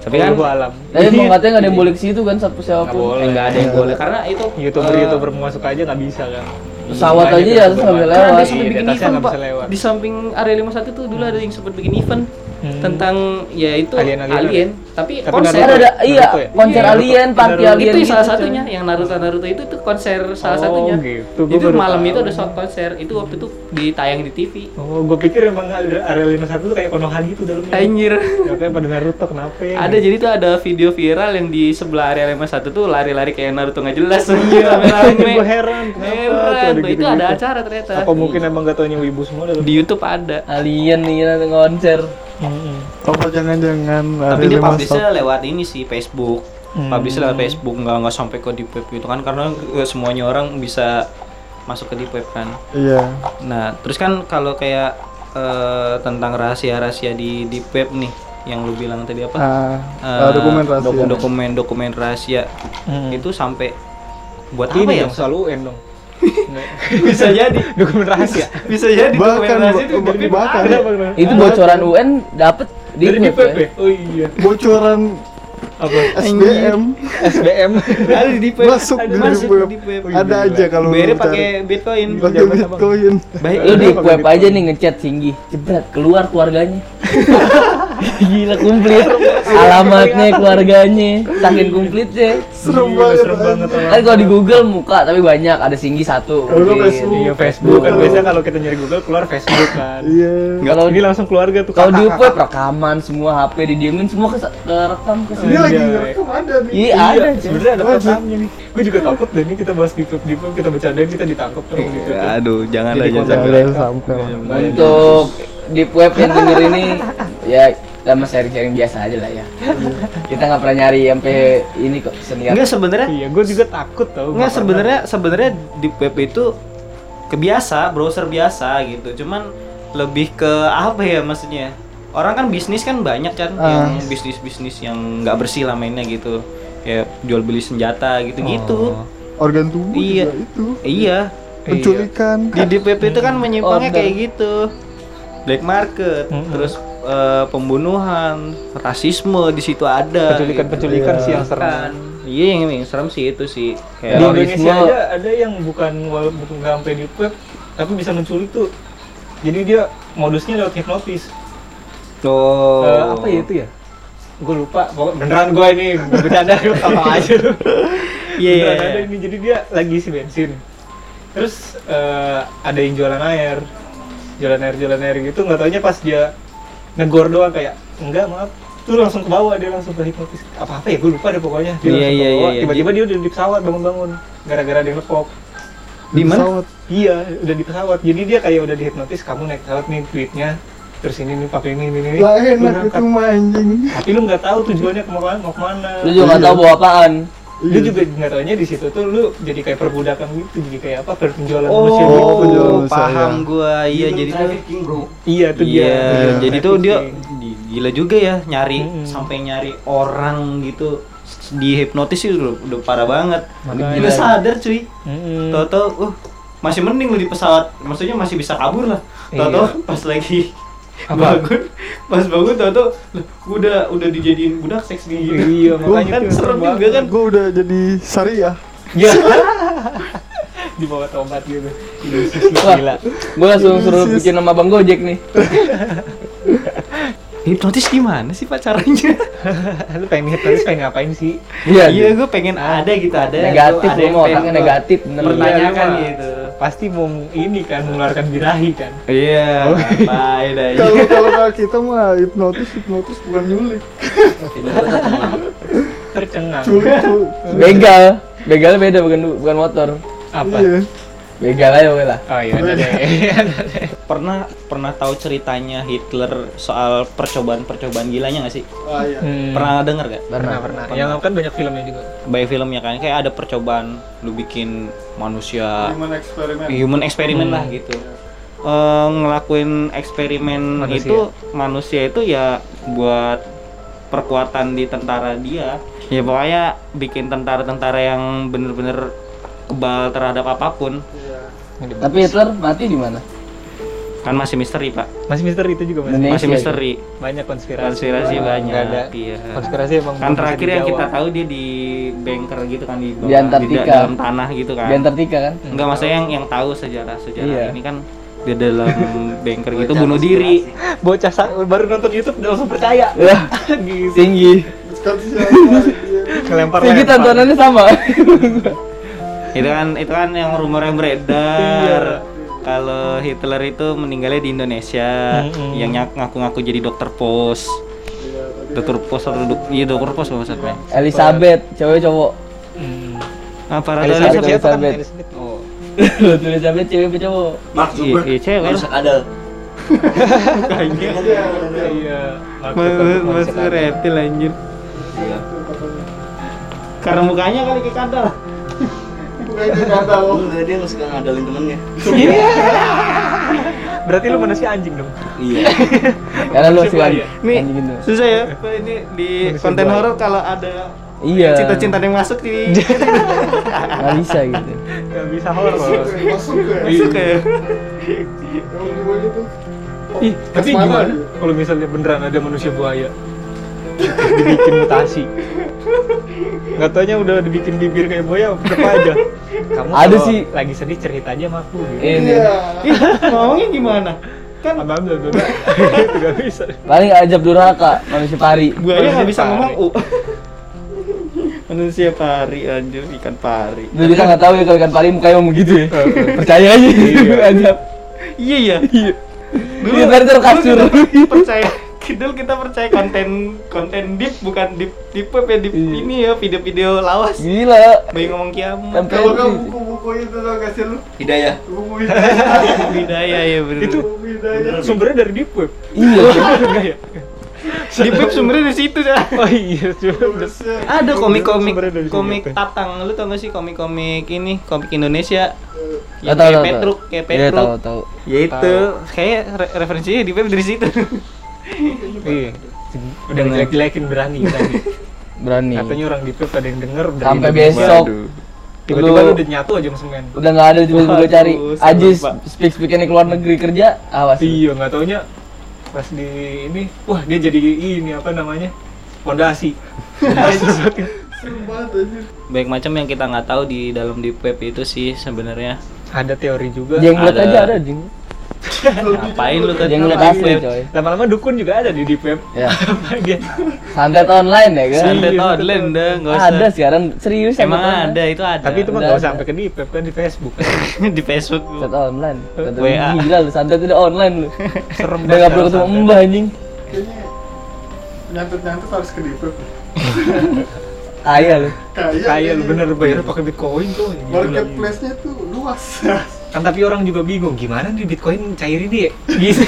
[SPEAKER 1] Tapi kan
[SPEAKER 5] Gua alam.
[SPEAKER 3] tapi mau katanya nggak ada yang boleh ke situ kan siapa
[SPEAKER 5] Nggak
[SPEAKER 3] siapapun
[SPEAKER 5] boleh.
[SPEAKER 1] enggak ada yang
[SPEAKER 2] Iya.
[SPEAKER 1] boleh karena itu
[SPEAKER 5] youtuber
[SPEAKER 1] eh,
[SPEAKER 5] youtuber masuk aja nggak bisa kan
[SPEAKER 3] Pesawat aja ya, harus sambil
[SPEAKER 1] karena dia
[SPEAKER 3] lewat.
[SPEAKER 1] sampai
[SPEAKER 5] Iya,
[SPEAKER 1] bikin
[SPEAKER 5] di
[SPEAKER 1] event,
[SPEAKER 5] atasnya nggak
[SPEAKER 1] Pak.
[SPEAKER 5] bisa lewat.
[SPEAKER 1] Di samping area 51 tuh dulu ada yang sempat bikin event
[SPEAKER 5] Hmm.
[SPEAKER 1] tentang ya itu
[SPEAKER 5] Alien-alien.
[SPEAKER 1] alien, tapi
[SPEAKER 5] Tapi
[SPEAKER 1] konser
[SPEAKER 5] Naruto.
[SPEAKER 3] Ada ada iya
[SPEAKER 5] Naruto ya?
[SPEAKER 3] konser
[SPEAKER 1] Iya,
[SPEAKER 3] alien,
[SPEAKER 5] Naruto.
[SPEAKER 3] party
[SPEAKER 5] Naruto.
[SPEAKER 3] alien.
[SPEAKER 1] itu
[SPEAKER 3] gitu,
[SPEAKER 1] salah
[SPEAKER 3] coy.
[SPEAKER 1] satunya yang Naruto Naruto itu itu konser salah
[SPEAKER 5] Oh,
[SPEAKER 1] satunya
[SPEAKER 5] gitu. Gua
[SPEAKER 1] itu
[SPEAKER 5] baru
[SPEAKER 1] malam
[SPEAKER 5] tahu.
[SPEAKER 1] itu ada soal konser itu waktu itu ditayang di TV
[SPEAKER 5] oh gue pikir emang Ariel 51 tuh kayak konohan gitu dalamnya
[SPEAKER 1] anjir
[SPEAKER 5] ya kayak pada Naruto kenapa ya
[SPEAKER 1] ada jadi tuh ada video viral yang di sebelah area 51 tuh lari-lari kayak Naruto nggak jelas anjir [laughs] rame-rame
[SPEAKER 5] gue Iya, heran kenapa tuh
[SPEAKER 1] heran tuh, itu
[SPEAKER 5] gitu-gitu.
[SPEAKER 1] ada acara ternyata
[SPEAKER 5] apa mungkin emang gak taunya wibu semua dalam
[SPEAKER 1] di YouTube ada
[SPEAKER 3] Alien nih nanti konser.
[SPEAKER 5] Mm-mm.
[SPEAKER 2] apa jangan-jangan
[SPEAKER 1] tapi
[SPEAKER 2] ada
[SPEAKER 1] dia
[SPEAKER 2] lima
[SPEAKER 1] publishnya lewat ini sih Facebook
[SPEAKER 5] Hmm.
[SPEAKER 1] publishnya lewat Facebook nggak nggak sampai ke deep web gitu kan karena eh, semuanya orang bisa masuk ke deep web kan
[SPEAKER 2] sub- iya
[SPEAKER 1] Nah, terus kan kalau kayak eh, tentang rahasia-rahasia di di web nih, yang lu bilang tadi apa?
[SPEAKER 2] Ah,
[SPEAKER 1] Eh,
[SPEAKER 2] ah, dokumen rahasia
[SPEAKER 1] doku- Dokumen dokumen rahasia
[SPEAKER 5] Hmm.
[SPEAKER 1] itu sampai buat apa
[SPEAKER 5] ini
[SPEAKER 1] ya?
[SPEAKER 5] yang selalu UN dong
[SPEAKER 1] bisa jadi,
[SPEAKER 5] dokumen rahasia
[SPEAKER 1] bisa jadi dokumen
[SPEAKER 2] bahkan
[SPEAKER 1] rahasia itu
[SPEAKER 2] bahkan
[SPEAKER 1] di web
[SPEAKER 2] bahkan
[SPEAKER 1] ada.
[SPEAKER 5] kenapa kenapa
[SPEAKER 3] Itu bocoran UN dapet di
[SPEAKER 5] dari di
[SPEAKER 3] web
[SPEAKER 5] PP
[SPEAKER 3] ya.
[SPEAKER 5] oh iya
[SPEAKER 2] bocoran
[SPEAKER 5] apa
[SPEAKER 2] SBM
[SPEAKER 5] SBM
[SPEAKER 1] Ada di web.
[SPEAKER 2] masuk
[SPEAKER 1] ada
[SPEAKER 2] di
[SPEAKER 1] masuk
[SPEAKER 2] web.
[SPEAKER 1] di web.
[SPEAKER 2] ada aja
[SPEAKER 5] Iya.
[SPEAKER 2] kalau
[SPEAKER 1] Bayarnya
[SPEAKER 2] lu cari.
[SPEAKER 1] pakai Bitcoin.
[SPEAKER 2] pakai
[SPEAKER 1] Jangan sama.
[SPEAKER 2] bitcoin
[SPEAKER 1] Baik,
[SPEAKER 3] Lu di
[SPEAKER 5] Kenapa
[SPEAKER 3] web
[SPEAKER 5] gitu?
[SPEAKER 3] aja nih ngechat Singgi, jebret keluar keluarganya. [laughs] Gila komplit alamatnya keluarganya, saking komplitnya.
[SPEAKER 2] serem
[SPEAKER 5] Iya,
[SPEAKER 2] banget
[SPEAKER 5] serem
[SPEAKER 2] anjing.
[SPEAKER 5] banget
[SPEAKER 3] Kan kalau di Google muka tapi banyak ada Singgi satu.
[SPEAKER 2] Kalau
[SPEAKER 3] mungkin.
[SPEAKER 2] Facebook.
[SPEAKER 5] Iya Facebook kan biasanya kalau kita nyari Google keluar Facebook kan.
[SPEAKER 2] iya
[SPEAKER 5] Kalau ini langsung keluarga tuh.
[SPEAKER 3] Kalau di
[SPEAKER 5] kakak.
[SPEAKER 3] web rekaman semua HP didiemin semua ke kerekam ke
[SPEAKER 2] ini
[SPEAKER 5] Iya.
[SPEAKER 2] lagi ngerekam ada nih
[SPEAKER 3] Iya
[SPEAKER 5] Iya,
[SPEAKER 3] ada. coy.
[SPEAKER 5] sebenarnya ada
[SPEAKER 2] Wajib.
[SPEAKER 5] pesannya nih. Gue juga takut deh ini kita bahas di grup di grup kita bercandain kita ditangkap kan gitu.
[SPEAKER 1] Ya, [laughs] Aduh, jangan
[SPEAKER 5] Jadi
[SPEAKER 1] aja
[SPEAKER 5] konten
[SPEAKER 1] sampai.
[SPEAKER 2] Jangan sampai lah.
[SPEAKER 3] Untuk deep web
[SPEAKER 5] [laughs]
[SPEAKER 3] yang denger ini ya kita mah sharing-sharing biasa aja lah ya. Kita nggak pernah nyari sampai ini kok senior.
[SPEAKER 1] Enggak sebenarnya
[SPEAKER 5] Iya, gue juga takut tau.
[SPEAKER 1] Nggak sebenarnya sebenarnya di web itu kebiasa browser biasa gitu. Cuman lebih ke apa ya maksudnya? Orang kan bisnis kan banyak kan
[SPEAKER 5] Ah.
[SPEAKER 1] yang bisnis-bisnis yang nggak bersih lah mainnya gitu. Kayak jual beli senjata gitu-gitu.
[SPEAKER 5] Oh.
[SPEAKER 2] organ tubuh
[SPEAKER 1] Iya.
[SPEAKER 2] juga itu
[SPEAKER 1] Iya.
[SPEAKER 2] penculikan
[SPEAKER 1] Di DPP itu kan menyimpangnya
[SPEAKER 3] Order.
[SPEAKER 1] kayak gitu. Black market,
[SPEAKER 5] Oh, Mm-mm.
[SPEAKER 1] terus eh, pembunuhan, rasisme di situ ada.
[SPEAKER 5] penculikan penculikan
[SPEAKER 2] Iya.
[SPEAKER 5] sih yang serem.
[SPEAKER 1] Kan. Iya yang, yang serem sih itu sih.
[SPEAKER 5] Di
[SPEAKER 1] Kayak
[SPEAKER 3] Terorisme.
[SPEAKER 5] Indonesia aja ada yang bukan bukan nggak sampai di web tapi bisa menculik tuh. Jadi dia modusnya lewat hipnotis.
[SPEAKER 1] tuh.
[SPEAKER 5] Eh, apa ya itu ya? Gue lupa. Pokok- Beneran gue ini bercanda gue apa aja lu.
[SPEAKER 1] Iya, iya,
[SPEAKER 5] Beneran ada
[SPEAKER 1] iya.
[SPEAKER 5] ini jadi dia lagi isi bensin. Terus eh, ada yang jualan air, jualan air, jualan air gitu. Nggak taunya pas dia negor doang kayak enggak maaf tuh langsung ke bawah dia langsung ke hipnotis apa apa ya gue lupa deh pokoknya
[SPEAKER 1] Iya,
[SPEAKER 5] dia langsung
[SPEAKER 1] iya,
[SPEAKER 5] ke bawah
[SPEAKER 1] iya, iya.
[SPEAKER 5] tiba-tiba dia udah di pesawat bangun-bangun gara-gara dia ngepop
[SPEAKER 1] Di mana?
[SPEAKER 2] pesawat.
[SPEAKER 5] Iya, udah di pesawat. Jadi dia kayak udah dihipnotis, kamu naik pesawat nih duitnya terus ini nih pakai ini
[SPEAKER 1] Eh.
[SPEAKER 5] ini ini
[SPEAKER 2] Lah enak
[SPEAKER 5] lu
[SPEAKER 2] itu
[SPEAKER 5] berangkat.
[SPEAKER 2] mah anjing.
[SPEAKER 5] tapi lu nggak tahu tujuannya ke mana mau kemana
[SPEAKER 3] Lu juga nggak tahu bawa apaan.
[SPEAKER 5] lu
[SPEAKER 1] Iya.
[SPEAKER 5] juga nggak taunya di situ tuh lu jadi kayak perbudakan gitu jadi kayak apa per- penjualan manusia
[SPEAKER 2] Oh,
[SPEAKER 5] gitu
[SPEAKER 2] penjualan manusia,
[SPEAKER 1] paham gua. Iya, jadi tuh
[SPEAKER 6] trafficking bro
[SPEAKER 5] iya tuh dia
[SPEAKER 2] Iya,
[SPEAKER 1] Iya, jadi tuh dia
[SPEAKER 5] Trafficking.
[SPEAKER 1] di- gila juga ya nyari
[SPEAKER 5] Mm-mm.
[SPEAKER 1] sampai nyari orang gitu di hipnotis sih udah, udah parah banget.
[SPEAKER 5] Makanya.
[SPEAKER 1] Gila sadar cuy.
[SPEAKER 5] Mm-mm.
[SPEAKER 1] Toto, uh masih mending lu di pesawat, maksudnya masih bisa kabur lah. Toto pas lagi
[SPEAKER 5] Iya. Apa?
[SPEAKER 1] bangun, pas bangun Toto "Lah, gua udah udah dijadiin budak seks nih gitu.
[SPEAKER 5] iya makanya
[SPEAKER 1] kan
[SPEAKER 5] tuh
[SPEAKER 1] serem
[SPEAKER 5] banget.
[SPEAKER 1] juga kan.
[SPEAKER 2] Gue Iya. udah jadi syariah.
[SPEAKER 5] Iya. di bawah tomat gitu. Yesus, Gila.
[SPEAKER 3] Wah, gue langsung suruh bikin nama Bang Gojek nih.
[SPEAKER 1] Hipnotis gimana sih pak caranya?
[SPEAKER 5] Lu pengen hipnotis pengen ngapain sih?
[SPEAKER 1] iya, gue pengen ada gitu ada.
[SPEAKER 3] Negatif
[SPEAKER 1] ada
[SPEAKER 3] lu
[SPEAKER 1] yang
[SPEAKER 3] mau
[SPEAKER 1] pengen
[SPEAKER 3] orangnya
[SPEAKER 1] gua
[SPEAKER 3] negatif bener.
[SPEAKER 1] Pertanyakan
[SPEAKER 5] Iya,
[SPEAKER 1] gitu.
[SPEAKER 5] Pasti mau ini kan mengeluarkan birahi kan.
[SPEAKER 1] Iya, ngapain aja.
[SPEAKER 2] Kalau kalau nggak kita mah hipnotis hipnotis bukan nyulik.
[SPEAKER 5] Tercengang.
[SPEAKER 2] Culik tuh.
[SPEAKER 3] Begal. Begal beda bukan bukan motor.
[SPEAKER 5] Apa?
[SPEAKER 2] Iya.
[SPEAKER 3] Begal aja boleh lah.
[SPEAKER 5] Oh iya, ada
[SPEAKER 1] [laughs]
[SPEAKER 5] deh.
[SPEAKER 1] Pernah pernah tahu ceritanya Hitler soal percobaan-percobaan gilanya nggak sih?
[SPEAKER 2] Ah, iya.
[SPEAKER 5] Hmm,
[SPEAKER 1] Pernah denger gak?
[SPEAKER 5] pernah pernah. Yang kan banyak filmnya juga.
[SPEAKER 1] Baik filmnya kan kayak ada percobaan lu bikin manusia
[SPEAKER 2] Human eksperimen.
[SPEAKER 1] human eksperimen
[SPEAKER 6] Hmm.
[SPEAKER 1] lah gitu Eh, ngelakuin eksperimen
[SPEAKER 5] Manusia.
[SPEAKER 1] itu manusia itu ya buat perkuatan di tentara dia ya pokoknya bikin tentara-tentara yang bener-bener kebal terhadap apapun
[SPEAKER 2] Iya.
[SPEAKER 3] Tapi Hitler mati di mana?
[SPEAKER 1] kan masih misteri pak
[SPEAKER 5] Masih misteri itu juga masih.
[SPEAKER 3] Indonesia
[SPEAKER 1] masih
[SPEAKER 3] aja.
[SPEAKER 1] misteri
[SPEAKER 5] Banyak konspirasi.
[SPEAKER 1] konspirasi banyak
[SPEAKER 5] Nggak ada.
[SPEAKER 1] iya
[SPEAKER 5] Konspirasi emang
[SPEAKER 1] kan
[SPEAKER 5] belum bisa
[SPEAKER 1] terakhir yang kita
[SPEAKER 5] dijawab.
[SPEAKER 1] tahu dia di banker gitu kan di, bawah,
[SPEAKER 3] Antartika.
[SPEAKER 1] da- dalam tanah gitu kan
[SPEAKER 3] Di Antartika kan?
[SPEAKER 1] Enggak maksudnya yang yang tahu sejarah sejarah
[SPEAKER 3] Iya.
[SPEAKER 1] ini kan dia dalam [laughs] banker gitu bunuh diri.
[SPEAKER 5] bocah sa- baru nonton YouTube udah langsung percaya.
[SPEAKER 3] Wah,
[SPEAKER 5] gitu.
[SPEAKER 3] tinggi.
[SPEAKER 2] Kan siapa? Iya.
[SPEAKER 5] Kelempar.
[SPEAKER 3] Tinggi tontonannya sama.
[SPEAKER 1] Itu kan itu kan yang rumor yang beredar. Kalau Hitler itu meninggalnya di Indonesia,
[SPEAKER 5] Mm-mm.
[SPEAKER 1] yang nyak- ngaku-ngaku jadi dokter pos,
[SPEAKER 2] Iya, tadi
[SPEAKER 1] dokter pos atau dok- iya dokter pos maksudnya.
[SPEAKER 3] Elizabeth, cewek cowok.
[SPEAKER 1] Apa rata
[SPEAKER 3] Elizabeth,
[SPEAKER 1] Elizabeth?
[SPEAKER 5] siapa kan?
[SPEAKER 3] Elizabeth.
[SPEAKER 5] Elizabeth.
[SPEAKER 3] [laughs]
[SPEAKER 5] Oh.
[SPEAKER 3] Elizabeth cewek apa cowok?
[SPEAKER 6] Mark
[SPEAKER 1] Iya,
[SPEAKER 6] Zuckerberg
[SPEAKER 1] iya, cewek.
[SPEAKER 6] harus ada
[SPEAKER 5] Iya.
[SPEAKER 1] Masuk reptil anjir. Karena mukanya kali kayak kadal.
[SPEAKER 2] Bukan dia kata lo.
[SPEAKER 6] enggak dia nggak suka ngadalin temennya
[SPEAKER 1] Iya.
[SPEAKER 6] [laughs]
[SPEAKER 5] Berarti lu manusia anjing dong.
[SPEAKER 6] iya
[SPEAKER 3] Karena lu sih kan.
[SPEAKER 5] Iya.
[SPEAKER 1] Nih,
[SPEAKER 3] Anjing gitu.
[SPEAKER 1] susah ya. Ini di
[SPEAKER 5] Manusia
[SPEAKER 1] konten
[SPEAKER 5] buaya.
[SPEAKER 1] horor kalau ada
[SPEAKER 3] Iya.
[SPEAKER 1] cinta-cinta yang masuk di
[SPEAKER 3] Nggak bisa gitu.
[SPEAKER 5] Gak bisa horor.
[SPEAKER 1] [laughs]
[SPEAKER 2] Masuk Iya. gue.
[SPEAKER 1] masuk ya.
[SPEAKER 2] Kalau gue gitu.
[SPEAKER 5] Ih, tapi
[SPEAKER 2] Kemana
[SPEAKER 5] gimana
[SPEAKER 2] dia?
[SPEAKER 5] kalau misalnya beneran ada manusia [laughs] buaya? dibikin mutasi. Gak taunya udah dibikin bibir kayak buaya, tetep aja. Kamu
[SPEAKER 3] Ada
[SPEAKER 5] kalau
[SPEAKER 3] sih.
[SPEAKER 5] Lagi sedih cerita aja sama aku. Gitu.
[SPEAKER 3] Ini.
[SPEAKER 2] Iya.
[SPEAKER 1] Ih, ngomongnya gimana? Kan
[SPEAKER 5] Abang udah udah [laughs] itu gak bisa.
[SPEAKER 3] Paling ajab durhaka manusia pari.
[SPEAKER 1] buaya nggak bisa
[SPEAKER 5] Manusia
[SPEAKER 1] ngomong
[SPEAKER 5] pari.
[SPEAKER 1] u. Manusia pari anjir ikan pari.
[SPEAKER 3] Lu kita nggak tahu ya kalau ikan pari mukanya emang begitu ya. Percaya aja. [laughs] Ajab.
[SPEAKER 1] [laughs] Iya ya.
[SPEAKER 3] Iya, ntar taruh kasur.
[SPEAKER 1] dulu kita percaya [laughs] Kidul kita percaya konten konten deep bukan deep deep web ya deep
[SPEAKER 3] Iya.
[SPEAKER 1] ini ya video-video lawas.
[SPEAKER 3] Gila.
[SPEAKER 1] Bayi ngomong kiamat.
[SPEAKER 3] Tempe.
[SPEAKER 2] Kalau nggak buku-buku itu tau gak sih lu?
[SPEAKER 6] hidayah
[SPEAKER 2] Buku hidayah.
[SPEAKER 1] [laughs] Budaya ya bener.
[SPEAKER 5] Itu
[SPEAKER 2] Buku hidayah.
[SPEAKER 5] sumbernya dari deep web.
[SPEAKER 3] Iya.
[SPEAKER 5] Enggak ya?
[SPEAKER 1] deep web sumbernya di situ ya.
[SPEAKER 5] Oh iya, cuma
[SPEAKER 2] Terusnya.
[SPEAKER 1] Ada komik-komik
[SPEAKER 5] Sumbernya dari
[SPEAKER 1] komik
[SPEAKER 5] situ.
[SPEAKER 1] tatang lu tau gak sih komik-komik ini komik Indonesia
[SPEAKER 3] Ya,
[SPEAKER 1] yang
[SPEAKER 3] tahu,
[SPEAKER 1] kayak
[SPEAKER 3] tahu, tahu.
[SPEAKER 1] Petruk kayak
[SPEAKER 3] Iya
[SPEAKER 1] Petruk
[SPEAKER 3] tahu tahu.
[SPEAKER 1] ya itu kayak re- referensinya di web dari situ
[SPEAKER 5] Iya. Udah jelek-jelekin berani berani.
[SPEAKER 3] Berani.
[SPEAKER 5] Katanya orang di web ada yang denger berani.
[SPEAKER 3] Sampai besok.
[SPEAKER 5] Tiba-tiba
[SPEAKER 3] Lu-
[SPEAKER 5] lu udah nyatu aja sama semen.
[SPEAKER 3] Udah nggak ada tiba-tiba gua
[SPEAKER 1] Waduh,
[SPEAKER 3] cari.
[SPEAKER 1] serem,
[SPEAKER 3] Aji
[SPEAKER 1] Pak.
[SPEAKER 3] speak speakin keluar negeri kerja, awas. lu.
[SPEAKER 5] Iya, nggak taunya pas di ini, wah dia jadi ini apa namanya? Pondasi.
[SPEAKER 3] [laughs]
[SPEAKER 2] Seru banget anjir.
[SPEAKER 1] banyak macam yang kita nggak tahu di dalam deep web itu sih sebenarnya
[SPEAKER 5] ada teori juga.
[SPEAKER 3] Jenglot
[SPEAKER 1] Ada.
[SPEAKER 3] aja ada jeng.
[SPEAKER 1] ngapain lu tadi
[SPEAKER 3] Jenglot
[SPEAKER 1] deep
[SPEAKER 3] asli
[SPEAKER 1] web?
[SPEAKER 3] coy.
[SPEAKER 5] Lama-lama dukun juga ada di deep web.
[SPEAKER 3] Ya.
[SPEAKER 5] Apa dia?
[SPEAKER 3] Santet online ya kan?
[SPEAKER 1] santet
[SPEAKER 5] Iya,
[SPEAKER 1] online dah nggak usah
[SPEAKER 3] Ada sekarang serius
[SPEAKER 1] emang
[SPEAKER 3] santet online.
[SPEAKER 1] ada itu ada
[SPEAKER 5] Tapi itu mah
[SPEAKER 3] Ada,
[SPEAKER 5] nggak
[SPEAKER 3] ada.
[SPEAKER 5] sampai ke deep web kan di Facebook.
[SPEAKER 1] [laughs] di Facebook
[SPEAKER 3] Santet online. Santet
[SPEAKER 1] WA.
[SPEAKER 3] Gila lu santet udah online
[SPEAKER 1] [laughs]
[SPEAKER 3] lu.
[SPEAKER 5] Serem
[SPEAKER 3] Udah nggak perlu
[SPEAKER 5] kalau
[SPEAKER 3] ketemu
[SPEAKER 5] santet.
[SPEAKER 3] mbah anjing.
[SPEAKER 2] Kayaknya nyantet-nyantet harus ke deep web.
[SPEAKER 3] Ayah lu.
[SPEAKER 2] Kaya.
[SPEAKER 5] Kayak lu
[SPEAKER 2] kayaknya.
[SPEAKER 5] bener bayar pakai bitcoin tuh. Gila, gila.
[SPEAKER 2] Marketplace-nya tuh luas. [laughs]
[SPEAKER 3] [laughs]
[SPEAKER 5] Kan tapi orang juga bingung gimana nih bitcoin cairin dia. Gitu.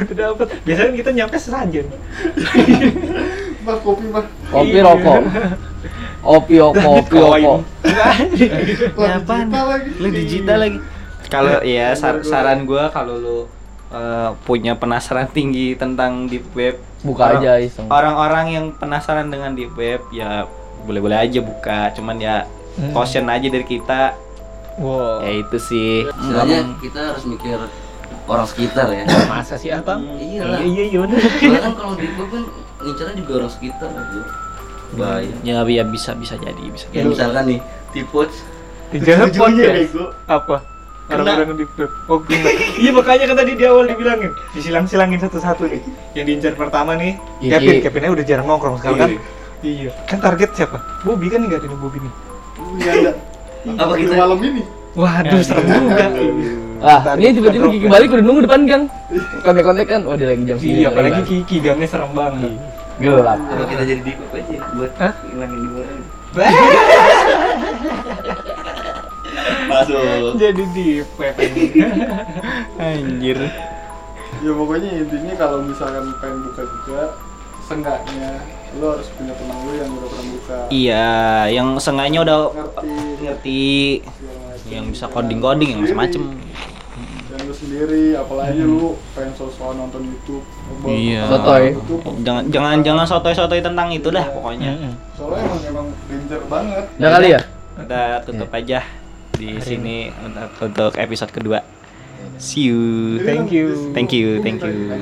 [SPEAKER 5] udah dapet biasanya kita nyampe sesajen
[SPEAKER 2] mah kopi mah
[SPEAKER 1] Iya.
[SPEAKER 3] Kopi rokok.
[SPEAKER 1] [laughs]
[SPEAKER 3] Opi oko,
[SPEAKER 5] Langit
[SPEAKER 3] opi oko.
[SPEAKER 5] koin.
[SPEAKER 2] Wah,
[SPEAKER 1] Ya, apaan?
[SPEAKER 2] digital lagi.
[SPEAKER 1] Lu digital lagi. Kalau ya sar- saran gua kalau lu eh, punya penasaran tinggi tentang deep web,
[SPEAKER 3] Buka
[SPEAKER 1] orang-
[SPEAKER 3] aja iseng.
[SPEAKER 1] Orang-orang yang penasaran dengan deep web ya boleh-boleh aja buka, cuman ya
[SPEAKER 5] Hmm.
[SPEAKER 1] caution aja dari kita.
[SPEAKER 5] wow
[SPEAKER 1] Ya itu sih.
[SPEAKER 6] Sebenarnya kita harus mikir orang sekitar
[SPEAKER 1] [laughs]
[SPEAKER 6] ya.
[SPEAKER 5] masa sih abang
[SPEAKER 6] Iya
[SPEAKER 5] iya
[SPEAKER 6] lah.
[SPEAKER 5] iya iya bener.
[SPEAKER 6] Soalnya kan kalau di gua kan ngincarnya juga orang sekitar gitu. Bahaya.
[SPEAKER 1] Ya, ya bisa bisa jadi bisa.
[SPEAKER 6] Ya, misalkan nih tipes
[SPEAKER 5] dijawab
[SPEAKER 2] Ujung-ujungnya,
[SPEAKER 5] ya
[SPEAKER 2] bego.
[SPEAKER 5] apa orang-orang di web oh kena. [laughs] iya makanya kan tadi di awal dibilangin disilang-silangin satu-satu nih yang diincar pertama nih
[SPEAKER 3] Gigi.
[SPEAKER 5] Kevin Kevinnya udah jarang nongkrong sekarang kan iya
[SPEAKER 6] Iya.
[SPEAKER 5] kan target siapa Bobby kan nggak ada nih Bobby nih
[SPEAKER 2] Nggak ada.
[SPEAKER 6] Apa
[SPEAKER 2] Di
[SPEAKER 6] gitu? kita-
[SPEAKER 2] malam ini?
[SPEAKER 5] waduh serem juga
[SPEAKER 3] Ah, ini tiba-tiba Kiki balik udah nunggu depan gang. Kontek-kontek kan. Oh, dia lagi jam segini.
[SPEAKER 5] iya apalagi Kiki gangnya serem banget
[SPEAKER 3] gelap.
[SPEAKER 6] apa kita jadi tipes aja buat
[SPEAKER 5] Hah?
[SPEAKER 6] ngilangin dua orang.
[SPEAKER 5] Bah,
[SPEAKER 6] Masuk.
[SPEAKER 5] jadi di web
[SPEAKER 1] Anjir.
[SPEAKER 2] Ya pokoknya intinya kalau misalkan pengen buka juga, seenggaknya lo harus punya teman lo yang udah pernah buka.
[SPEAKER 1] Iya, yang sengaja udah
[SPEAKER 2] Ngerti.
[SPEAKER 1] ngerti
[SPEAKER 2] segala macem.
[SPEAKER 1] yang bisa coding-coding yang macam-macam.
[SPEAKER 2] Dan lo sendiri, apalagi lo pengen sosokan nonton YouTube. ngobrol
[SPEAKER 1] Iya.
[SPEAKER 2] sama
[SPEAKER 3] Sotoy.
[SPEAKER 2] YouTube.
[SPEAKER 1] Jangan jangan jangan sotoy-sotoy tentang itu dah pokoknya.
[SPEAKER 2] Soalnya emang emang danger banget.
[SPEAKER 3] Udah kali ya?
[SPEAKER 1] Kita tutup aja di sini untuk, untuk episode kedua. See you.
[SPEAKER 5] Thank you.
[SPEAKER 2] kan
[SPEAKER 1] Thank you, thank you.